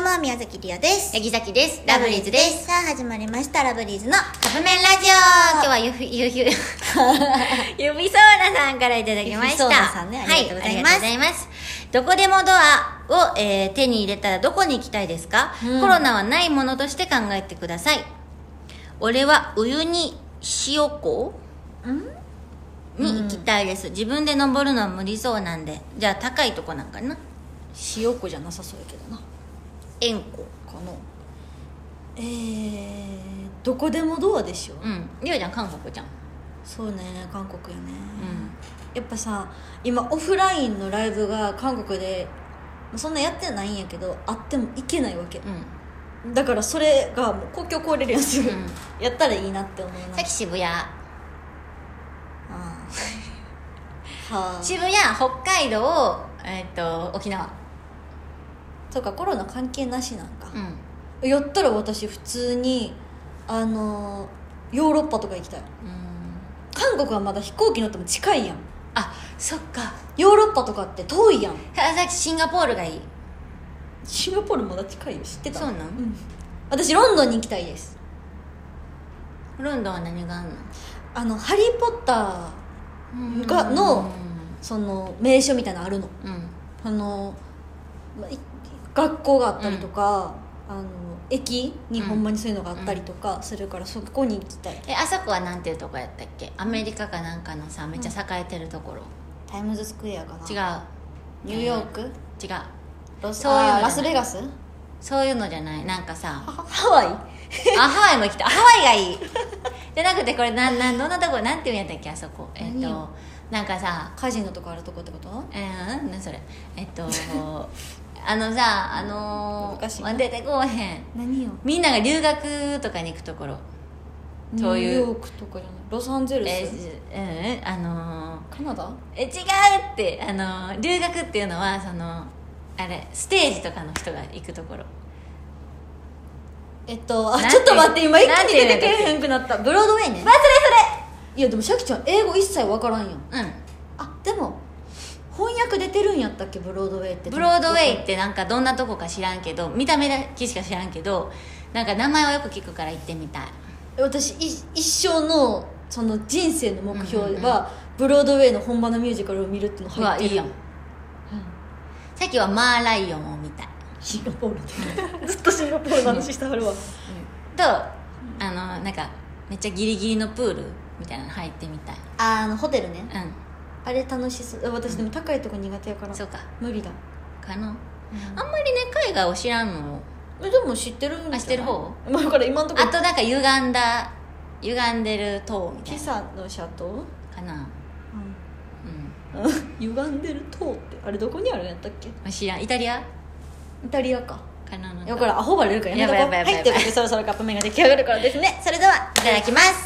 も宮崎りおですヤギザキです。ララブブリーリーズズでです。すさあ始まりましたラブリーズのカップ麺ラジオ今日はゆふ、ゆふ、ゆびそうなさんからいただきました。ゆびそうなさんねありがとうございますはありがとうございますどこでもドアを、えー手に入れたらどこに行きたいですか、うんコロナはないものとして考えてください。俺はウユニ塩湖に行きたいです。自分で登るのは無理そうなんで。じゃあ高いとこなんかな塩子じゃなさそうやけどな塩湖。このえー、どこでもドアでしょうん。りょうちゃん韓国じゃん。そうね韓国やね、うん。やっぱさ今オフラインのライブが韓国でもうそんなやってないんやけどあっても行けないわけうん。だからそれがもう国境越えれるやつ、んやったらいいなって思うなさっき渋谷。ああはあ渋谷北海道えっ、と沖縄そうかコロナ関係なしなんかう、んやったら私普通にあのーヨーロッパとか行きたいうん韓国はまだ飛行機乗っても近いやんあそっかヨーロッパとかって遠いやん川崎シンガポールがいいシンガポールまだ近いよ知ってたそうなんん私ロンドンに行きたいですロンドンは何があんのあの「ハリー・ポッター」うんがのその名所みたいなのあるのうんあの、まい学校があったりとか、あの駅にほんまにそういうのがあったりとかするから、そこに行きたいえあそこはなんていうとこやったっけアメリカかなんかのさめっちゃ栄えてるところ、タイムズスクエアかな違うニうューヨーク、違うロスそういうのあじゃないーラスベガスそういうのじゃないなんかさ ハハワイあハワイも行きたいハワイがいいじゃなくてこれなんなんどんなとこなんていうんやったっけあそこえっ、何とよなんかさカジノとかあるとこってことえー、なんだそれえっと あのさあの難しいー、な出てこうへん何よみんなが留学とかに行くところニュそうーいうヨークとかじゃないロサンゼルス、えー、うんあのーカナダえ違うってあのー留学っていうのはそのあれステージとかの人が行くところえっとあなんてちょっと待って今一気なんにて出言てうんけだっけえへんくなったブロードウェイねまずいやでもシャキちゃん英語一切わからんやんそれうんあでも翻訳出てるんやったっけブロードウェイってブロードウェイってなんかどんなとこか知らんけど見た目だけしか知らんけどなんか名前はよく聞くから行ってみたい私い一生のその人生の目標は、うんうんうんブロードウェイの本場のミュージカルを見るっていうのう入わってるいいやんさっきはマーライオンを見たいシンガポールで ずっとシンガポールの話してはるわとあのなんかめっちゃギリギリのプールみたいなの入ってみたいああのホテルねうあれ楽しそう私でも高いとこ苦手やからんそうか無理だ、かうんなあんまりね海外を知らんのえでも知ってるんじゃないあ知ってる方まあだから今のとこあとなんか歪んだ歪んでる塔みた今い朝のシャトー、うなかなん、歪んでる塔ってあれどこにあるんやったっけうん知らんイタリアイタリアかかななんだからアホバレるからやめとこうやばいやばいやばはいといいうことでそろそろカップ麺が出来上がるからですねそれではいいただきます